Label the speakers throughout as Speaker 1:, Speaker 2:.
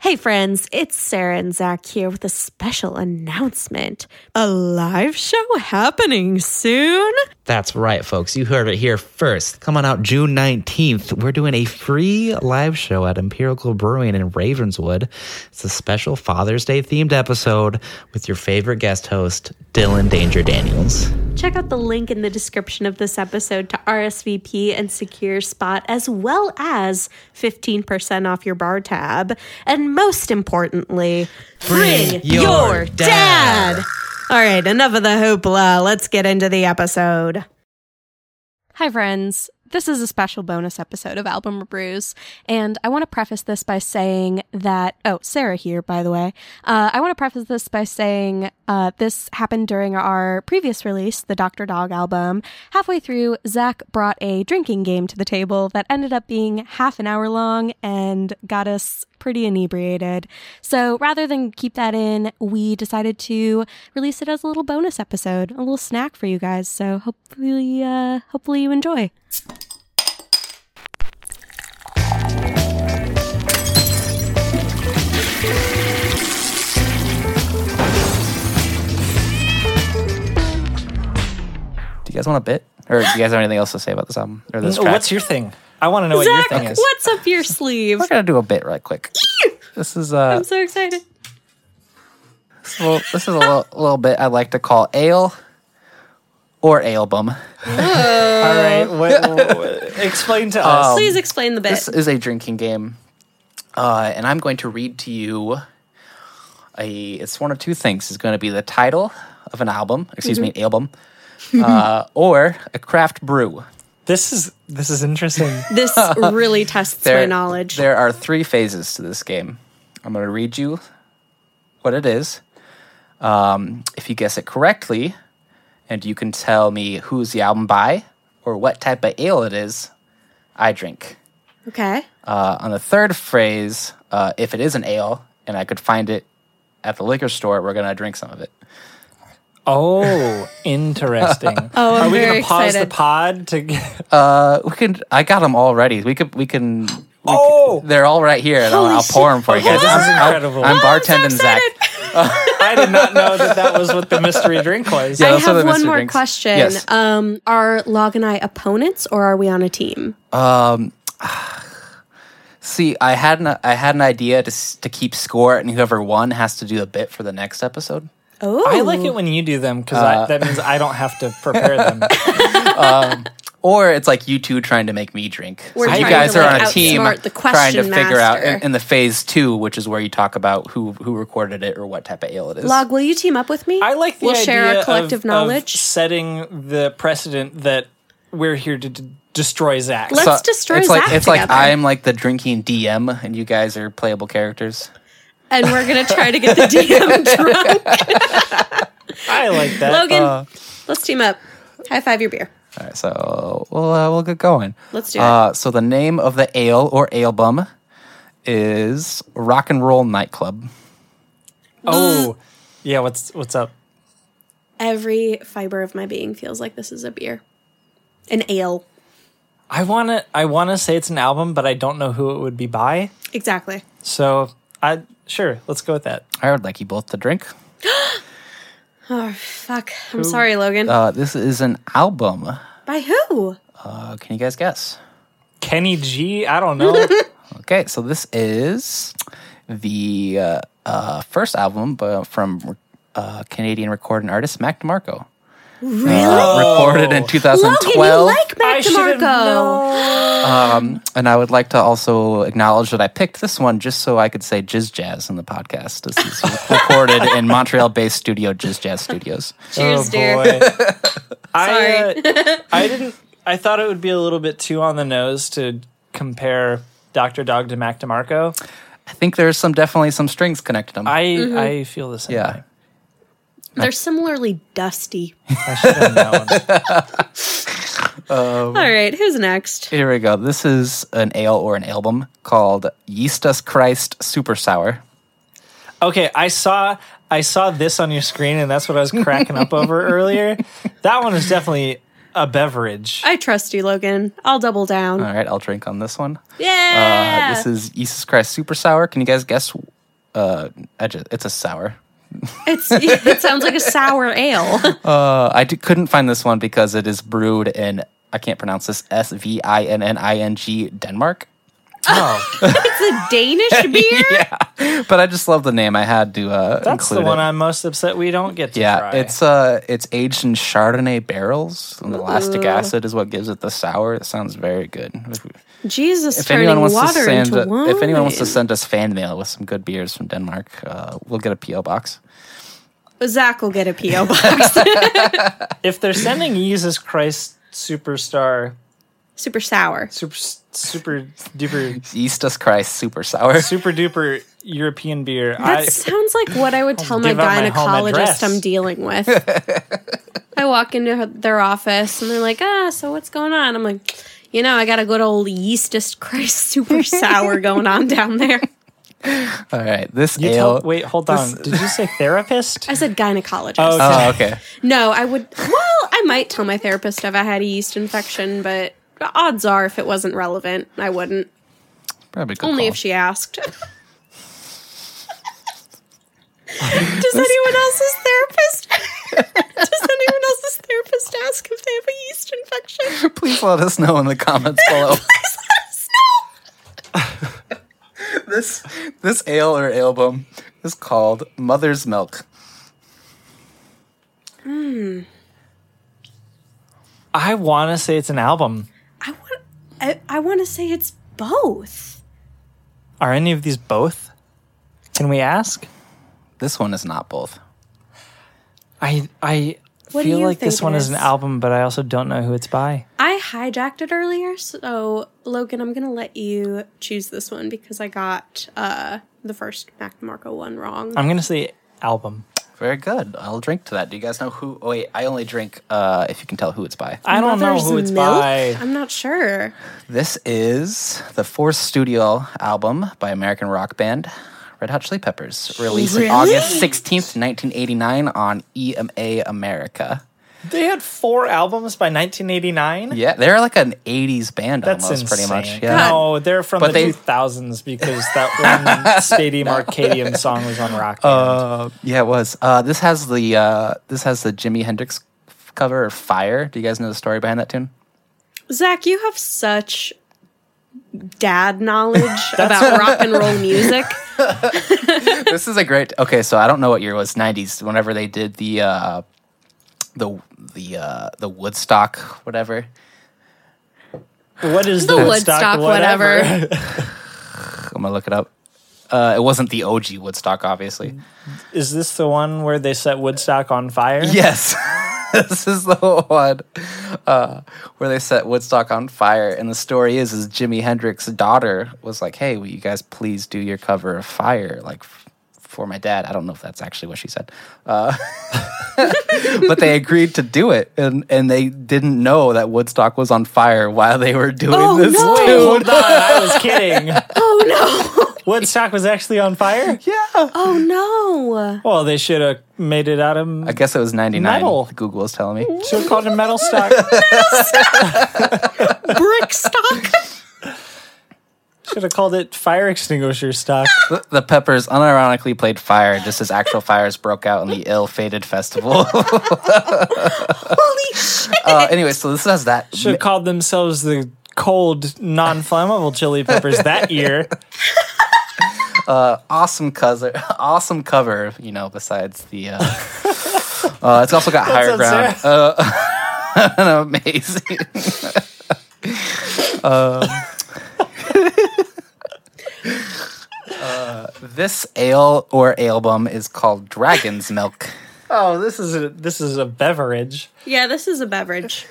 Speaker 1: Hey, friends, it's Sarah and Zach here with a special announcement.
Speaker 2: A live show happening soon?
Speaker 3: That's right, folks. You heard it here first. Come on out June 19th. We're doing a free live show at Empirical Brewing in Ravenswood. It's a special Father's Day themed episode with your favorite guest host, Dylan Danger Daniels.
Speaker 1: Check out the link in the description of this episode to RSVP and secure spot, as well as 15% off your bar tab. And most importantly,
Speaker 3: Bring your dad.
Speaker 1: All right, enough of the hoopla. Let's get into the episode. Hi, friends. This is a special bonus episode of Album Brews, and I want to preface this by saying that, oh, Sarah here, by the way. Uh, I want to preface this by saying uh, this happened during our previous release, the Dr. Dog album. Halfway through, Zach brought a drinking game to the table that ended up being half an hour long and got us pretty inebriated. So rather than keep that in, we decided to release it as a little bonus episode, a little snack for you guys. So hopefully, uh, hopefully you enjoy.
Speaker 4: Do you guys want to bit? Or do you guys have anything else to say about this album? Or this
Speaker 5: Oh,
Speaker 4: track?
Speaker 5: what's your thing? I want to know what your thing is.
Speaker 1: what's up your sleeve?
Speaker 4: We're gonna do a bit right quick. This is uh,
Speaker 1: I'm so excited.
Speaker 4: this is a little, this is a little, little bit I like to call ale or album.
Speaker 5: All right, what, what- explain to us.
Speaker 1: Please explain the bit.
Speaker 4: Um, This is a drinking game, uh, and I'm going to read to you. A it's one of two things. It's going to be the title of an album, excuse me, album, uh, or a craft brew.
Speaker 5: This is this is interesting.
Speaker 1: This really tests my knowledge.
Speaker 4: There are three phases to this game. I'm going to read you what it is. Um, if you guess it correctly, and you can tell me who's the album by or what type of ale it is, I drink.
Speaker 1: Okay.
Speaker 4: Uh, on the third phrase, uh, if it is an ale and I could find it at the liquor store, we're going to drink some of it.
Speaker 5: Oh, interesting.
Speaker 1: Oh, I'm
Speaker 5: Are we
Speaker 1: very
Speaker 5: gonna pause
Speaker 1: excited.
Speaker 5: the pod to? Get,
Speaker 4: Uh, we can. I got them all ready. We could. We can. we c-
Speaker 5: Oh!
Speaker 4: they're all right here, and I'll,
Speaker 1: Holy
Speaker 4: I'll pour them for you
Speaker 5: Okay,
Speaker 4: guys.
Speaker 5: this is
Speaker 4: I'm- I'm-
Speaker 5: incredible.
Speaker 4: Oh, I'm
Speaker 1: Oh,
Speaker 4: bartending, Zach.
Speaker 5: I did not know that that was what the mystery drink was.
Speaker 4: Yeah,
Speaker 1: I
Speaker 4: that's what
Speaker 1: have
Speaker 4: the
Speaker 1: one
Speaker 4: mystery
Speaker 1: more
Speaker 4: drinks-
Speaker 1: question.
Speaker 4: Yes.
Speaker 1: Um, are Log and I opponents or are we on a team?
Speaker 4: See, I had an I had an idea to s- to keep score, and whoever won has to do a bit for the next episode.
Speaker 1: Oh, Uh.
Speaker 5: I like it when you do them because that means I don't have to prepare them.
Speaker 4: Or it's like you two trying to make me drink.
Speaker 1: We're
Speaker 4: so you
Speaker 1: trying
Speaker 4: guys
Speaker 1: to,
Speaker 4: are
Speaker 1: like,
Speaker 4: on a team
Speaker 1: outsmart the
Speaker 4: trying to
Speaker 1: question
Speaker 4: figure out in,
Speaker 1: master.
Speaker 4: in the phase two, which is where you talk about who who recorded it or what type of ale it is.
Speaker 1: Log, will you team up with me?
Speaker 5: I like the
Speaker 1: we'll
Speaker 5: idea
Speaker 1: share our
Speaker 5: of-
Speaker 1: collective
Speaker 5: of
Speaker 1: knowledge.
Speaker 5: setting the precedent that we're here to d- destroy Zach.
Speaker 1: Let's- destroy
Speaker 4: it's
Speaker 1: Zach
Speaker 4: like it's like
Speaker 1: together.
Speaker 4: I'm like the drinking DM, and you guys are playable characters.
Speaker 1: and we're gonna try to get the DM drunk.
Speaker 5: I like that.
Speaker 1: Logan,
Speaker 4: Uh.
Speaker 1: let's team up. High five your beer.
Speaker 4: All right, so we'll uh, we'll get going.
Speaker 1: Let's do
Speaker 4: Uh, so the name of the ale or album is Rock and Roll Nightclub.
Speaker 5: Oh, yeah. What's what's up?
Speaker 1: Every fiber of my being feels like this is a beer, an ale.
Speaker 5: I want to I want to say it's an album, but I don't know who it would be by.
Speaker 1: Exactly.
Speaker 5: So I sure let's go with that.
Speaker 4: I would like you both to drink.
Speaker 1: Oh fuck! I'm sorry, Logan.
Speaker 4: Uh, this is an album.
Speaker 1: By who?
Speaker 4: Uh, can you guys guess?
Speaker 5: Kenny G. I don't know.
Speaker 4: Okay, so this is the uh, uh, first album bu- from uh, Canadian recording artist Mac DeMarco. Really? recorded in
Speaker 1: Logan,
Speaker 4: 2012.
Speaker 1: you like
Speaker 5: I
Speaker 1: Mac
Speaker 5: should've
Speaker 1: DeMarco?
Speaker 5: known.
Speaker 4: um, and I would like to also acknowledge that I picked this one just so I could say Jizz Jazz in the podcast. This is recorded in Montreal based studio Jizz Jazz Studios.
Speaker 1: Cheers,
Speaker 5: Oh,
Speaker 1: dear.
Speaker 5: boy. I, uh, I didn't. I thought it would be a little bit too on the nose to compare Doctor Dog to Mac DeMarco.
Speaker 4: I think there's some definitely some strings connecting them.
Speaker 5: I
Speaker 1: Mm-hmm.
Speaker 5: I feel the same.
Speaker 4: yeah.
Speaker 5: way.
Speaker 1: They're similarly dusty.
Speaker 5: I should have known.
Speaker 4: Um,
Speaker 1: All right, who's next?
Speaker 4: Here we go. This is an ale or an album called Yeastus Christ Super Sour.
Speaker 5: okay, I saw I saw this on your screen, and that's what I was cracking up over earlier. That one is definitely a beverage.
Speaker 1: I trust you, Logan. I'll double down.
Speaker 4: All right, I'll drink on this one. Uh,
Speaker 1: Yeah.
Speaker 4: this is Jesus Christ Super Sour. Can you guys guess uh, I just, it's a sour.
Speaker 6: It's it sounds like a sour ale.
Speaker 4: Uh, I d- couldn't find this one because it is brewed in I can't pronounce this S V I N N I N G Denmark.
Speaker 6: It's a Danish beer.
Speaker 4: Yeah, but I just love the name. I had to uh,
Speaker 5: That's
Speaker 4: include
Speaker 5: the one
Speaker 4: it.
Speaker 5: I'm most upset we don't get to
Speaker 4: yeah,
Speaker 5: try.
Speaker 4: it's uh, it's aged in Chardonnay barrels, and the elastic acid is what gives it the sour. It sounds very good. If,
Speaker 1: Jesus,
Speaker 4: if
Speaker 1: turning
Speaker 4: anyone wants to
Speaker 1: water
Speaker 4: send,
Speaker 1: into wine.
Speaker 4: if anyone wants to send us fan mail with some good beers from Denmark, uh, we'll get a PO box.
Speaker 1: Zach will get a PO box.
Speaker 5: if they're sending Jesus Christ superstar
Speaker 1: Super sour.
Speaker 5: super super duper
Speaker 4: Eastus Christ Super Sour.
Speaker 5: super duper European beer.
Speaker 1: That
Speaker 5: I
Speaker 1: sounds like what I would tell my
Speaker 5: give out my home address.
Speaker 1: gynecologist I'm dealing with. I walk into her, their office and they're like, ah, so what's going on? I'm like, you know, I got a good old yeastus Christ super sour going on down there.
Speaker 4: All right, this
Speaker 5: you
Speaker 4: ale.
Speaker 5: tell, wait, hold on. Did you say therapist?
Speaker 1: I said gynecologist.
Speaker 5: Oh,
Speaker 4: oh,
Speaker 5: okay.
Speaker 4: okay.
Speaker 1: No, I would. Well, I might tell my therapist if I had a yeast infection, but odds are if it wasn't relevant, I wouldn't.
Speaker 4: Probably a good
Speaker 1: Only
Speaker 4: call.
Speaker 1: if she asked. Does anyone else's therapist? Does anyone else's therapist ask if they have a yeast infection?
Speaker 4: Please let us know in the comments below.
Speaker 1: Please let us know.
Speaker 4: this this ale or album is called Mother's Milk.
Speaker 5: I want to say it's an album.
Speaker 1: I want. I, I want to say it's both.
Speaker 5: Are any of these both? Can we ask?
Speaker 4: This one is not both.
Speaker 5: I I
Speaker 1: What do
Speaker 5: feel
Speaker 1: you
Speaker 5: like this
Speaker 1: think it
Speaker 5: one is? an
Speaker 1: is?
Speaker 5: album, but I also don't know who it's by.
Speaker 1: I hijacked it earlier, so Logan, I'm gonna let you choose this one because I got uh, the first Mac DeMarco one wrong.
Speaker 5: I'm gonna say album.
Speaker 4: Very good. I'll drink to that. Do you guys know who? Oh wait, I only drink uh, if you can tell who it's by.
Speaker 5: I don't know
Speaker 1: Mother's
Speaker 5: who it's
Speaker 1: Milk?
Speaker 5: by.
Speaker 1: I'm not sure.
Speaker 4: This is the fourth studio album by American rock band Red Hot Chili Peppers, released on August sixteenth, nineteen eighty nine, on EMA America.
Speaker 5: They had four albums by 1989.
Speaker 4: Yeah, they're like an eighties band
Speaker 5: That's
Speaker 4: almost,
Speaker 5: insane.
Speaker 4: pretty much. Yeah.
Speaker 5: No, they're from
Speaker 4: But
Speaker 5: the
Speaker 4: they-
Speaker 5: 2000s because that one Stadium Arcadium song was on Rock Band.
Speaker 4: Uh, yeah, it was. Uh, this has the uh, this has the Jimi Hendrix cover of Fire. Do you guys know the story behind that tune?
Speaker 1: Zach, you have such dad knowledge about rock and roll music.
Speaker 4: this is a great. Okay, so I don't know what year it was. Nineties. Whenever they did the uh, the the uh, the Woodstock, whatever.
Speaker 5: what is
Speaker 1: The
Speaker 5: the Woodstock,
Speaker 1: Woodstock,
Speaker 5: whatever?
Speaker 1: whatever.
Speaker 4: I'm gonna look it up. Uh, it wasn't the OG Woodstock, obviously.
Speaker 5: Is this the one where they set Woodstock on fire?
Speaker 4: Yes. this is the one uh, where they set Woodstock on fire. And the story is, is Jimi Hendrix's daughter was like, hey, will you guys please do your cover of Fire, like, f- for my dad. I don't know if that's actually what she said. Uh, but they agreed to do it. And, and they didn't know that Woodstock was on fire while they were doing
Speaker 1: Oh,
Speaker 4: this
Speaker 1: no.
Speaker 4: tune.
Speaker 5: Wait, hold on. I was kidding.
Speaker 1: Oh no!
Speaker 5: Woodstock was actually on fire?
Speaker 1: Oh no!
Speaker 5: Well, they should have made it out of.
Speaker 4: I guess it was 99,
Speaker 5: Metal.
Speaker 4: Google is telling me.
Speaker 5: Should have called it Metal Stock.
Speaker 1: Brick stock.
Speaker 5: Should have called it Fire Extinguisher Stock.
Speaker 4: The- The Peppers unironically played Fire just as actual fires broke out in the ill-fated festival.
Speaker 1: Holy shit!
Speaker 4: uh, anyway, so this has that.
Speaker 5: Should have called themselves the cold, non flammable chili peppers that year.
Speaker 4: awesome cover, awesome cover. You know, besides the, uh, uh, it's also got higher ground.
Speaker 5: That's
Speaker 4: Uh, an amazing. Um, uh, this ale or album is called Dragon's Milk.
Speaker 5: Oh, this is a, this is a beverage.
Speaker 1: Yeah, this is a beverage.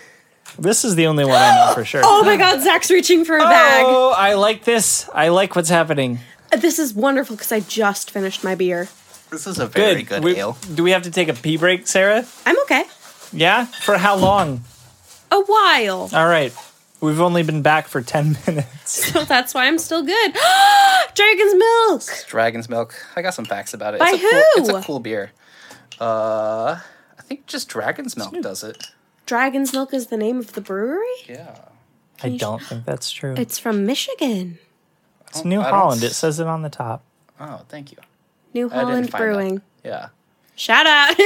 Speaker 5: This is the only one I know for sure.
Speaker 1: Oh my god, Zach's reaching for a bag. Uh,
Speaker 5: Oh, I like this. I like what's happening.
Speaker 1: This is wonderful because I just finished my beer.
Speaker 4: This is a
Speaker 5: Good.
Speaker 4: very good,
Speaker 5: We-
Speaker 4: ale.
Speaker 5: Do we have to take a pee break, Sarah?
Speaker 1: I'm okay.
Speaker 5: Yeah? For how long?
Speaker 1: A while.
Speaker 5: All right. We've only been back for 10 minutes.
Speaker 1: So that's why I'm still good. Dragon's milk.
Speaker 4: Dragon's Milk. I got some facts about it.
Speaker 1: By
Speaker 4: it's a Cool, it's
Speaker 1: who?
Speaker 4: a cool beer. Uh, I think just Dragon's Milk does it.
Speaker 1: Dragon's milk is the name of the brewery.
Speaker 4: Yeah.
Speaker 5: I don't think that's true.
Speaker 1: It's from Michigan.
Speaker 5: It's New
Speaker 4: I don't
Speaker 5: Holland.
Speaker 4: s-
Speaker 5: It says it on the top.
Speaker 4: Oh, thank you.
Speaker 1: New
Speaker 4: I
Speaker 1: Holland
Speaker 4: didn't find that.
Speaker 1: Brewing.
Speaker 4: Yeah.
Speaker 1: Shout out.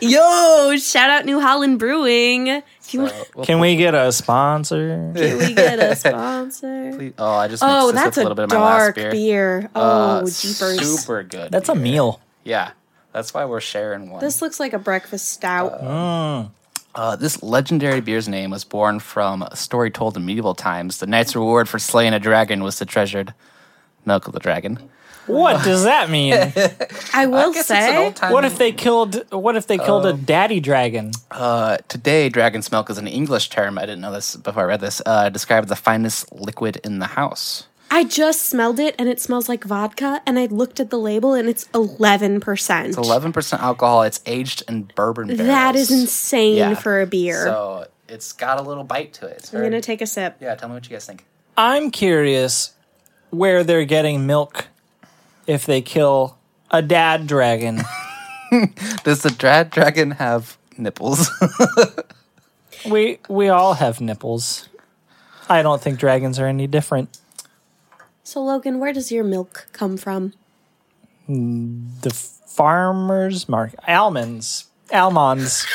Speaker 1: Yo, shout out New Holland Brewing. If you
Speaker 4: So
Speaker 1: want
Speaker 4: we'll-
Speaker 5: Can we get a sponsor?
Speaker 1: can we get a sponsor.
Speaker 4: please- Oh, I just mixed
Speaker 1: Oh,
Speaker 4: this
Speaker 1: that's
Speaker 4: with
Speaker 1: a,
Speaker 4: a little bit of my
Speaker 1: dark
Speaker 4: last
Speaker 1: beer.
Speaker 4: beer.
Speaker 1: Oh,
Speaker 4: Uh,
Speaker 1: jeepers.
Speaker 4: Super good.
Speaker 5: That's a
Speaker 4: beer.
Speaker 5: meal.
Speaker 4: Yeah. That's why we're sharing one.
Speaker 1: This looks like a breakfast stout.
Speaker 4: Uh, this legendary beer's name was born from a story told in medieval times. The knight's reward for slaying a dragon was the treasured milk of the dragon.
Speaker 5: What does that mean?
Speaker 1: I will
Speaker 4: Guess it's an
Speaker 1: say,
Speaker 4: old-time-
Speaker 5: What if they killed? What if they killed a daddy dragon?
Speaker 4: Uh, today, dragon's milk is an English term. I didn't know this before I read this. Uh, described the finest liquid in the house.
Speaker 1: I just smelled it and it smells like vodka. And I looked at the label and it's 11%.
Speaker 4: It's 11% alcohol. It's aged in bourbon barrels.
Speaker 1: That is insane
Speaker 4: Yeah.
Speaker 1: for a beer.
Speaker 4: So it's got a little bite to it. It's
Speaker 1: I'm going to
Speaker 4: very-
Speaker 1: take a sip.
Speaker 4: yeah, tell me what you guys think.
Speaker 5: I'm curious where they're getting milk if they kill a dad dragon.
Speaker 4: Does the dra- dragon have nipples?
Speaker 5: we we all have nipples. I don't think dragons are any different.
Speaker 1: So, Logan, where does your milk come from?
Speaker 5: The farmers market almonds. Almonds.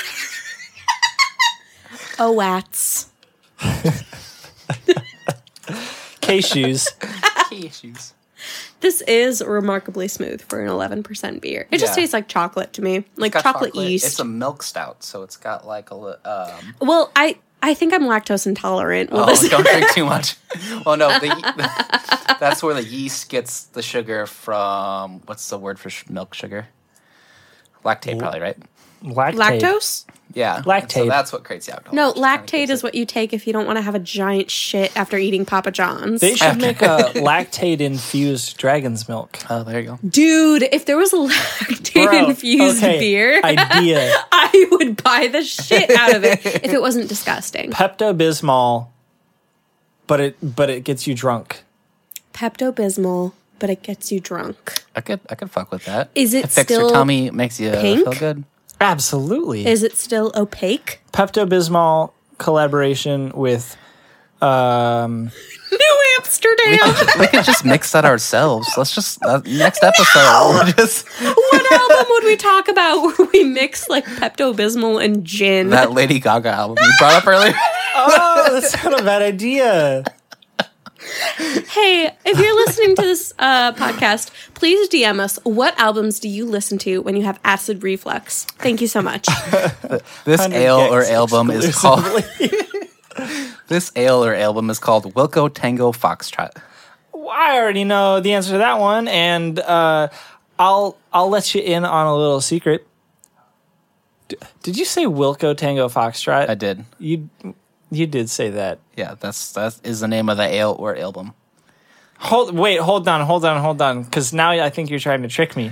Speaker 1: Oh, Oats.
Speaker 5: Cashews.
Speaker 4: Issues.
Speaker 1: This is remarkably smooth for an 11% beer. It just
Speaker 4: Yeah.
Speaker 1: tastes like chocolate to me, like
Speaker 4: got
Speaker 1: chocolate, yeast.
Speaker 4: It's a milk stout, so it's got like a. li- Um,
Speaker 1: well, I I think I'm lactose intolerant. Well,
Speaker 4: oh,
Speaker 1: this-
Speaker 4: don't drink too much. Well, no, the, that's where the yeast gets the sugar from. What's the word for sh- milk sugar? Lactate, probably right.
Speaker 5: Lactate.
Speaker 1: lactose?
Speaker 4: Yeah, So
Speaker 5: Lactate.
Speaker 4: that's what creates the alcohol.
Speaker 1: No,
Speaker 4: which kinda
Speaker 1: lactate
Speaker 4: gives
Speaker 1: is
Speaker 4: it-
Speaker 1: what you take if you don't want to have a giant shit after eating Papa John's.
Speaker 5: They should make a lactate infused dragon's milk.
Speaker 4: Oh, there you go.
Speaker 1: Dude, if there was a
Speaker 5: Bro,
Speaker 1: lactate infused
Speaker 5: okay,
Speaker 1: beer,
Speaker 5: idea.
Speaker 1: I would buy the shit out of it if it wasn't disgusting.
Speaker 5: Pepto Bismol, but it but it gets you drunk.
Speaker 1: Pepto Bismol, but it gets you drunk.
Speaker 4: I could, I could fuck with that.
Speaker 1: Is it
Speaker 4: it fixes
Speaker 1: still
Speaker 4: your tummy? Makes you
Speaker 1: pink?
Speaker 4: feel good.
Speaker 5: Absolutely.
Speaker 1: Is it still opaque?
Speaker 5: Pepto Bismol collaboration with um
Speaker 1: New Amsterdam.
Speaker 4: we could just mix that ourselves. Let's just uh, next episode. we'll just
Speaker 1: what album would we talk about where we mix like Pepto Bismol and gin?
Speaker 4: that Lady Gaga album you brought up earlier.
Speaker 5: Oh, that's not a bad idea.
Speaker 1: hey, if you're listening to this uh, podcast, please DM us. What albums do you listen to when you have acid reflux? Thank you so much.
Speaker 4: This ale or
Speaker 5: gigs
Speaker 4: album is called.
Speaker 5: exclusively.
Speaker 4: This ale or album is called Wilco Tango Foxtrot.
Speaker 5: Well, I already know the answer to that one, and uh, I'll I'll let you in on a little secret. D- did you say Wilco Tango Foxtrot?
Speaker 4: I did.
Speaker 5: You you did say that.
Speaker 4: Yeah, that's that is the name of the ale or album.
Speaker 5: Hold wait, hold on, hold on, hold on, because now I think you're trying to trick me.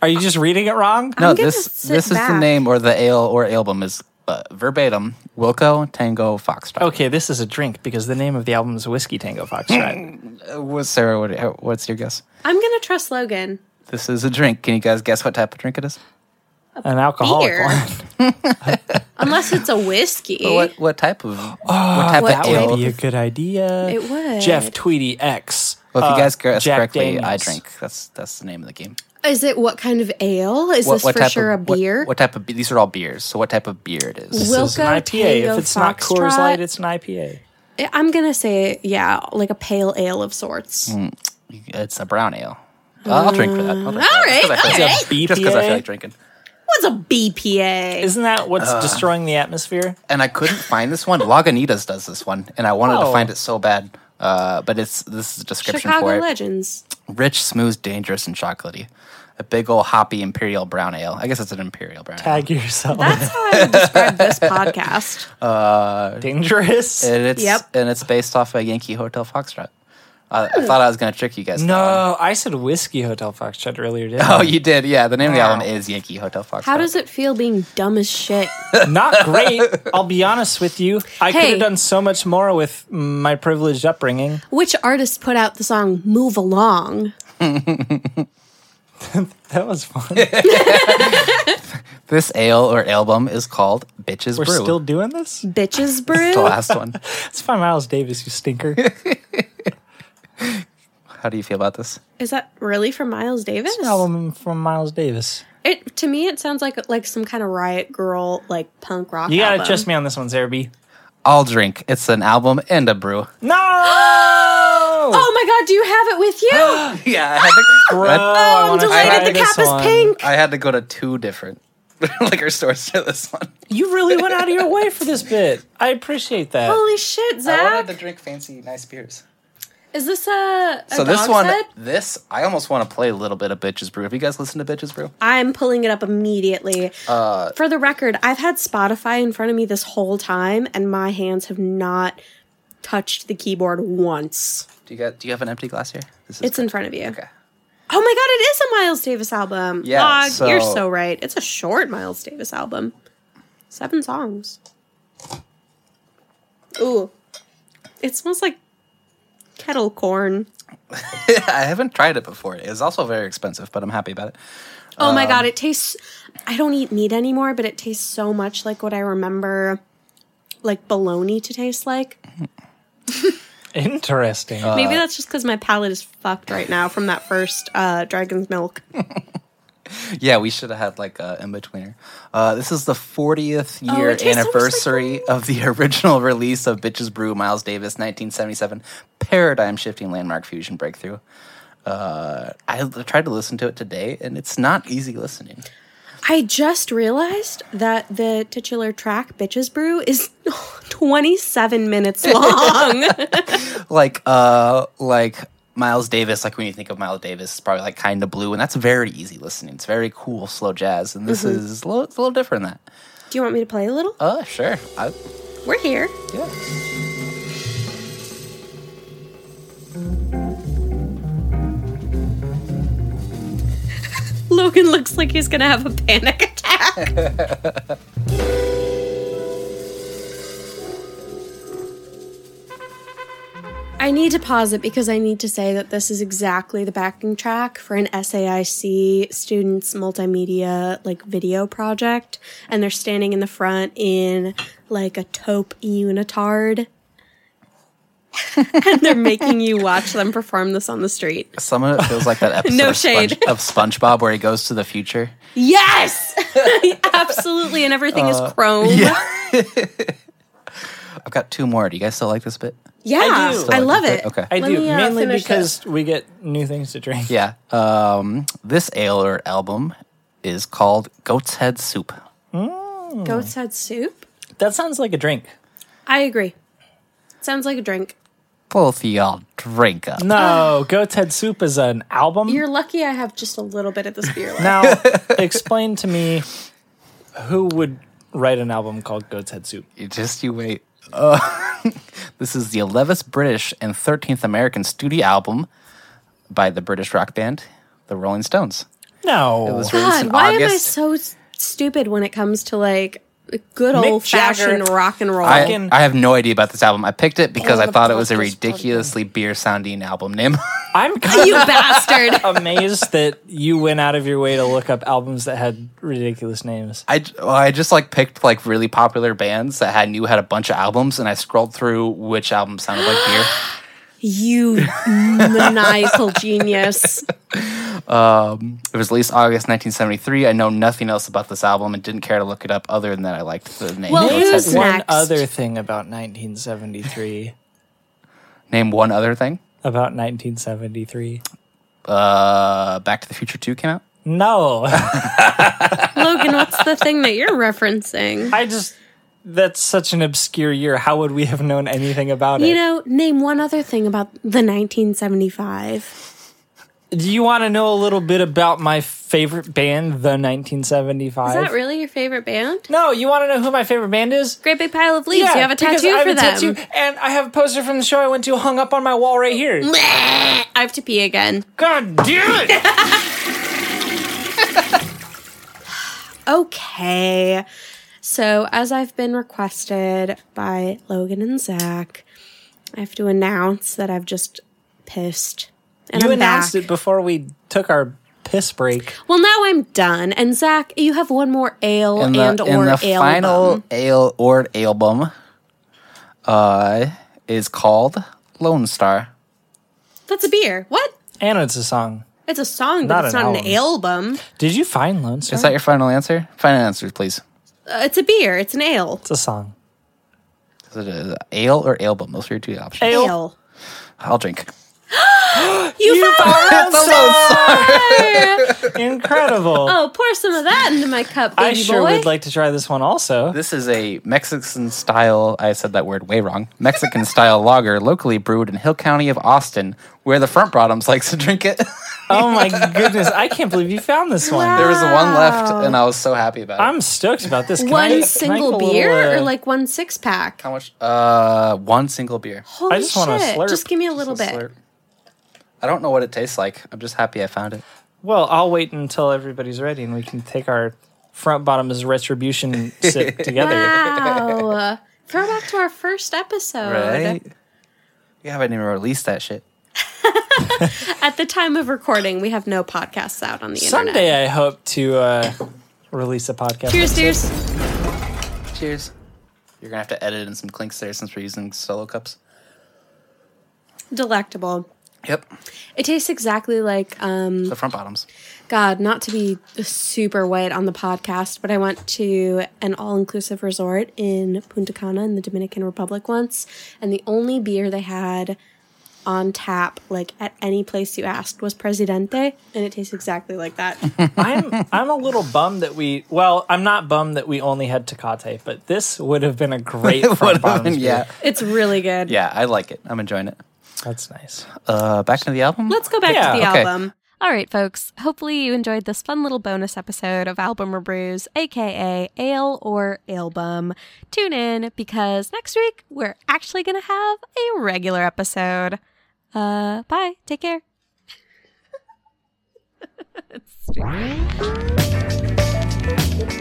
Speaker 5: Are you just reading it wrong?
Speaker 1: gonna
Speaker 4: No, this
Speaker 1: sit
Speaker 4: this is the
Speaker 1: back.
Speaker 4: name or the ale or album is uh, verbatim Wilco Tango Foxtrot.
Speaker 5: Okay, this is a drink because the name of the album is Whiskey Tango Foxtrot.
Speaker 4: Uh, what- Sarah, what, how- what's your guess?
Speaker 1: I'm gonna trust Logan.
Speaker 4: This is a drink. Can you guys guess what type of drink it is?
Speaker 5: An alcoholic
Speaker 1: Beer.
Speaker 5: one.
Speaker 1: Unless it's a whiskey.
Speaker 4: What what type of Eh? Uh, what type
Speaker 1: What
Speaker 4: of
Speaker 1: type
Speaker 5: That
Speaker 4: ale?
Speaker 5: would be a good idea.
Speaker 1: It would.
Speaker 5: Jeff Tweedy X.
Speaker 4: well, if you
Speaker 5: uh,
Speaker 4: guys guess
Speaker 5: Jack
Speaker 4: correctly, I
Speaker 5: Daniels.
Speaker 4: drink. That's that's the name of the game.
Speaker 1: Is it what kind of ale? Is this for
Speaker 4: type
Speaker 1: sure
Speaker 4: of,
Speaker 1: a
Speaker 4: what-
Speaker 1: beer?
Speaker 4: What, type of be- these are all beers? So what type of beer it is?
Speaker 5: This is an
Speaker 1: Wilco
Speaker 5: IPA.
Speaker 1: Tango
Speaker 5: if it's not Coors
Speaker 1: Foxtrot.
Speaker 5: Light, it's an IPA.
Speaker 1: I- I'm gonna say yeah, like a pale ale of sorts.
Speaker 4: Mm. It's a brown ale. I'll drink for that. I'll drink
Speaker 1: all
Speaker 4: for that.
Speaker 1: right,
Speaker 4: Just 'cause
Speaker 1: all
Speaker 4: I feel like-
Speaker 5: right.
Speaker 4: Just because I feel
Speaker 1: E
Speaker 5: BPA?
Speaker 4: like drinking. Uh.
Speaker 1: What's a BPA?
Speaker 5: Isn't that what's destroying the atmosphere?
Speaker 4: And I couldn't find this one. Lagunitas does this one, and I wanted to
Speaker 5: Oh.
Speaker 4: find it so bad. Uh, but it's this is a description
Speaker 1: Chicago
Speaker 4: for it:
Speaker 1: Legends.
Speaker 4: rich, smooth, dangerous, and chocolatey. A big old hoppy imperial brown ale. I guess it's an imperial brown. ale.
Speaker 5: Tag yourself.
Speaker 1: That's how I would describe this podcast.
Speaker 5: dangerous.
Speaker 4: And it's
Speaker 1: Yep.
Speaker 4: and it's based off a Yankee Hotel Foxtrot. Uh, I thought I was going to trick you guys. with that one.
Speaker 5: no, I said Whiskey Hotel Foxtrot earlier, didn't
Speaker 4: Oh,
Speaker 5: I?
Speaker 4: you did. Yeah, the name of the album is Yankee Hotel Foxtrot.
Speaker 1: How does it feel being dumb as shit?
Speaker 5: Not great. I'll be honest with you. I could
Speaker 1: Hey.
Speaker 5: have done so much more with my privileged upbringing.
Speaker 1: Which artist put out the song Move Along?
Speaker 5: That was fun.
Speaker 4: This ale or album is called Bitches
Speaker 5: We're
Speaker 4: Brew.
Speaker 5: still doing this?
Speaker 1: Bitches
Speaker 4: It's the
Speaker 1: Brew?
Speaker 4: last one.
Speaker 5: It's by Miles Davis, you stinker.
Speaker 4: How do you feel about this?
Speaker 1: Is that really from Miles Davis?
Speaker 5: album from Miles Davis.
Speaker 1: It to me it sounds like like some kind of riot girl like punk rock.
Speaker 5: You gotta
Speaker 1: album.
Speaker 5: trust me on this one, Sarah B.
Speaker 4: Oh! I'll drink. It's an album and a brew.
Speaker 5: No!
Speaker 1: Oh my god, do you have it with you?
Speaker 4: Yeah, I had to,
Speaker 5: Bro,
Speaker 4: I,
Speaker 5: I
Speaker 1: oh, I'm
Speaker 5: wanna try
Speaker 1: delighted. The
Speaker 5: this
Speaker 1: cap is
Speaker 5: one.
Speaker 1: pink.
Speaker 4: I had to go to two different liquor stores for this one.
Speaker 5: You really went out of your way for this bit. I appreciate that.
Speaker 1: Holy shit,
Speaker 4: I wanted to
Speaker 1: Zach!
Speaker 4: drink fancy, nice beers.
Speaker 1: Is this a, a
Speaker 4: So this
Speaker 1: dog's
Speaker 4: one,
Speaker 1: head?
Speaker 4: this I almost want to play a little bit of Bitches Brew. Have you guys listened to Bitches Brew?
Speaker 1: I'm pulling it up immediately.
Speaker 4: Uh,
Speaker 1: For the record, I've had Spotify in front of me this whole time, and my hands have not touched the keyboard once.
Speaker 4: Do you got? Do you have an empty glass here? This is
Speaker 1: It's in front of you.
Speaker 4: Okay.
Speaker 1: Oh my god, it is a Miles Davis album.
Speaker 4: Yeah,
Speaker 1: Aw,
Speaker 4: so-
Speaker 1: you're so right. It's a short Miles Davis album. Seven songs. Ooh. It smells like kettle corn.
Speaker 4: I haven't tried it before. It's also very expensive, but I'm happy about it.
Speaker 1: Oh my god, it tastes I don't eat meat anymore, but it tastes so much like what I remember like bologna to taste like.
Speaker 5: Interesting.
Speaker 1: Maybe that's just because my palate is fucked right now from that first uh, dragon's milk.
Speaker 4: Yeah, we should have had like a in betweener. Uh, this is the 40th
Speaker 1: Oh,
Speaker 4: year
Speaker 1: it tastes so much like
Speaker 4: anniversary of the original release of Bitches Brew, Miles Davis, 1977, paradigm shifting landmark fusion breakthrough. Uh, I l- tried to listen to it today, and it's not easy listening.
Speaker 1: I just realized that the titular track "Bitches Brew" is 27 minutes long.
Speaker 4: Like, uh, like Miles Davis, like when you think of Miles Davis, it's probably like kind of blue, and that's very easy listening. It's very cool, slow jazz, and this
Speaker 1: Mm-hmm.
Speaker 4: is a little, it's a little different than that.
Speaker 1: Do you want me to play a little?
Speaker 4: Oh, sure. I,
Speaker 1: We're here.
Speaker 4: yeah.
Speaker 1: Logan looks like he's gonna have a panic attack. I need to pause it because I need to say that this is exactly the backing track for an SAIC students multimedia like video project and they're standing in the front in like a taupe unitard and they're making you watch them perform this on the street.
Speaker 4: Some of it feels like that episode
Speaker 1: No
Speaker 4: of, Sponge-
Speaker 1: shade.
Speaker 4: of SpongeBob where he goes to the future.
Speaker 1: Yes, absolutely, and everything is chrome. Yeah,
Speaker 4: I've got two more. Do you guys still like this bit?
Speaker 5: I do.
Speaker 1: I,
Speaker 4: Still
Speaker 1: love
Speaker 4: like
Speaker 1: it.
Speaker 4: it? Okay.
Speaker 5: I
Speaker 1: Let
Speaker 5: do,
Speaker 1: me, uh,
Speaker 5: mainly
Speaker 1: finish
Speaker 5: because we get new things to drink.
Speaker 4: Yeah. Um, this ale or album is called Goat's Head Soup.
Speaker 1: it. goat's head soup.
Speaker 5: That sounds like a drink.
Speaker 1: I agree. Sounds like a drink.
Speaker 4: Both of y'all drink up.
Speaker 5: No, Goat's Head Soup is an album.
Speaker 1: Ah. You're lucky I have just a little bit of this beer left.
Speaker 5: now, explain to me who would write an album called Goat's Head Soup?
Speaker 4: You just you wait. Uh, this is the 11th British and 13th American studio album by the British rock band, the Rolling Stones.
Speaker 5: No.
Speaker 4: It was released
Speaker 1: God,
Speaker 4: in
Speaker 1: why am I
Speaker 4: August.
Speaker 1: so s- stupid when it comes to like good
Speaker 5: Mick
Speaker 1: old fashioned
Speaker 5: Jagger.
Speaker 1: rock and roll?
Speaker 4: I,
Speaker 5: fucking-
Speaker 4: I have no idea about this album. I picked it because I
Speaker 5: the
Speaker 4: thought it was a
Speaker 5: podcast fucking-
Speaker 4: ridiculously beer sounding album name.
Speaker 5: I'm kind
Speaker 1: you bastard!
Speaker 5: of amazed that you went out of your way to look up albums that had ridiculous names.
Speaker 4: I, well, I just like picked like really popular bands that had knew had a bunch of albums, and I scrolled through which album sounded like beer.
Speaker 1: You maniacal genius.
Speaker 4: It was released August 1973. I know nothing else about this album and didn't care to look it up other than that I liked the name.
Speaker 1: Well,
Speaker 4: Goat's Head
Speaker 1: who's
Speaker 4: Soup.
Speaker 5: One
Speaker 1: next?
Speaker 5: other thing about 1973.
Speaker 4: Name one other thing.
Speaker 5: About 1973.
Speaker 4: Uh, Back to the Future 2 came out.
Speaker 5: No,
Speaker 1: Logan, what's the thing that you're referencing?
Speaker 5: I just. That's such an obscure year. How would we have known anything about it?
Speaker 1: You know, name one other thing about the 1975.
Speaker 5: Do you want to know a little bit about my favorite band, The 1975?
Speaker 1: Is that really your favorite band?
Speaker 5: No, you want to know who my favorite band is?
Speaker 1: Great big pile of leaves. you have a
Speaker 5: because
Speaker 1: tattoo
Speaker 5: I have
Speaker 1: for
Speaker 5: a
Speaker 1: them.
Speaker 5: tattoo, and I have a poster from the show I went to hung up on my wall right here.
Speaker 1: I have to pee again.
Speaker 5: God damn it!
Speaker 1: Okay. So, as I've been requested by Logan and Zach, I have to announce that I've just pissed. And
Speaker 5: you
Speaker 1: I'm
Speaker 5: announced
Speaker 1: back.
Speaker 5: it before we took our piss break.
Speaker 1: Well, now I'm done. And Zach, you have one more ale
Speaker 4: In
Speaker 1: and
Speaker 4: the,
Speaker 1: or
Speaker 4: in the
Speaker 1: ale.
Speaker 4: final ale or album uh, is called Lone Star.
Speaker 1: That's a beer. What?
Speaker 5: And it's a song.
Speaker 1: It's a song, but
Speaker 5: Not
Speaker 1: it's
Speaker 5: an
Speaker 1: not an album.
Speaker 5: Did you find Lone Star?
Speaker 4: Is that your final answer? Final answers, please.
Speaker 1: Uh, it's a beer. It's an ale.
Speaker 5: it's a song.
Speaker 4: Is it a, ale or album? Those are your two options.
Speaker 5: Ale.
Speaker 1: Ale.
Speaker 4: I'll drink.
Speaker 1: You, found
Speaker 5: Lone Star! Incredible.
Speaker 1: Oh, pour some of that into my cup, baby
Speaker 5: I sure
Speaker 1: boy.
Speaker 5: would like to try this one also.
Speaker 4: This is a Mexican style, I said that word way wrong, Mexican style lager locally brewed in Hill County of Austin, where the front bottoms likes to drink it.
Speaker 5: Oh my goodness, I can't believe you found this one.
Speaker 1: Wow.
Speaker 4: there was one left, and I was so happy about it.
Speaker 5: I'm stoked about this. Can
Speaker 1: one
Speaker 5: I- can I
Speaker 1: single
Speaker 5: pull a
Speaker 1: beer
Speaker 5: little, uh,
Speaker 1: or like one six pack?
Speaker 4: How much? Uh, one single beer.
Speaker 1: Holy
Speaker 5: I just
Speaker 1: shit!
Speaker 5: want a slurp.
Speaker 1: Just give me a little bit.
Speaker 4: Slurp. I don't know what it tastes like. I'm just happy I found it.
Speaker 5: Well, I'll wait until everybody's ready and we can take our front bottom's retribution sip together.
Speaker 1: Wow! Throwback to our first episode.
Speaker 4: We haven't even released that shit.
Speaker 1: At the time of recording, we have no podcasts out on the internet.
Speaker 5: Someday I hope to uh, release a podcast.
Speaker 1: Cheers, cheers.
Speaker 4: Cheers. You're gonna have to edit in some clinks there since we're using solo cups.
Speaker 1: Delectable.
Speaker 4: Yep.
Speaker 1: It tastes exactly like um
Speaker 4: The front bottoms.
Speaker 1: God, not to be super white on the podcast, but I went to an all inclusive resort in Punta Cana in the Dominican Republic once, and the only beer they had on tap, like at any place you asked, was Presidente, and it tastes exactly like that.
Speaker 5: I'm I'm a little bummed that we well I'm not bummed that we only had Tecate, but this would have been a great front bottom's beer.
Speaker 4: yeah.
Speaker 1: it's really good.
Speaker 4: Yeah, I like it. I'm enjoying it.
Speaker 5: That's nice.
Speaker 4: Uh, back to the album.
Speaker 1: Let's go back
Speaker 5: Yeah,
Speaker 1: to the
Speaker 4: okay.
Speaker 1: album.
Speaker 6: Mm-hmm. All right, folks. Hopefully, you enjoyed this fun little bonus episode of Album or Brews, aka Ale or Album. Tune in because next week we're actually going to have a regular episode. Uh, bye. Take care. It's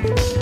Speaker 6: stupid.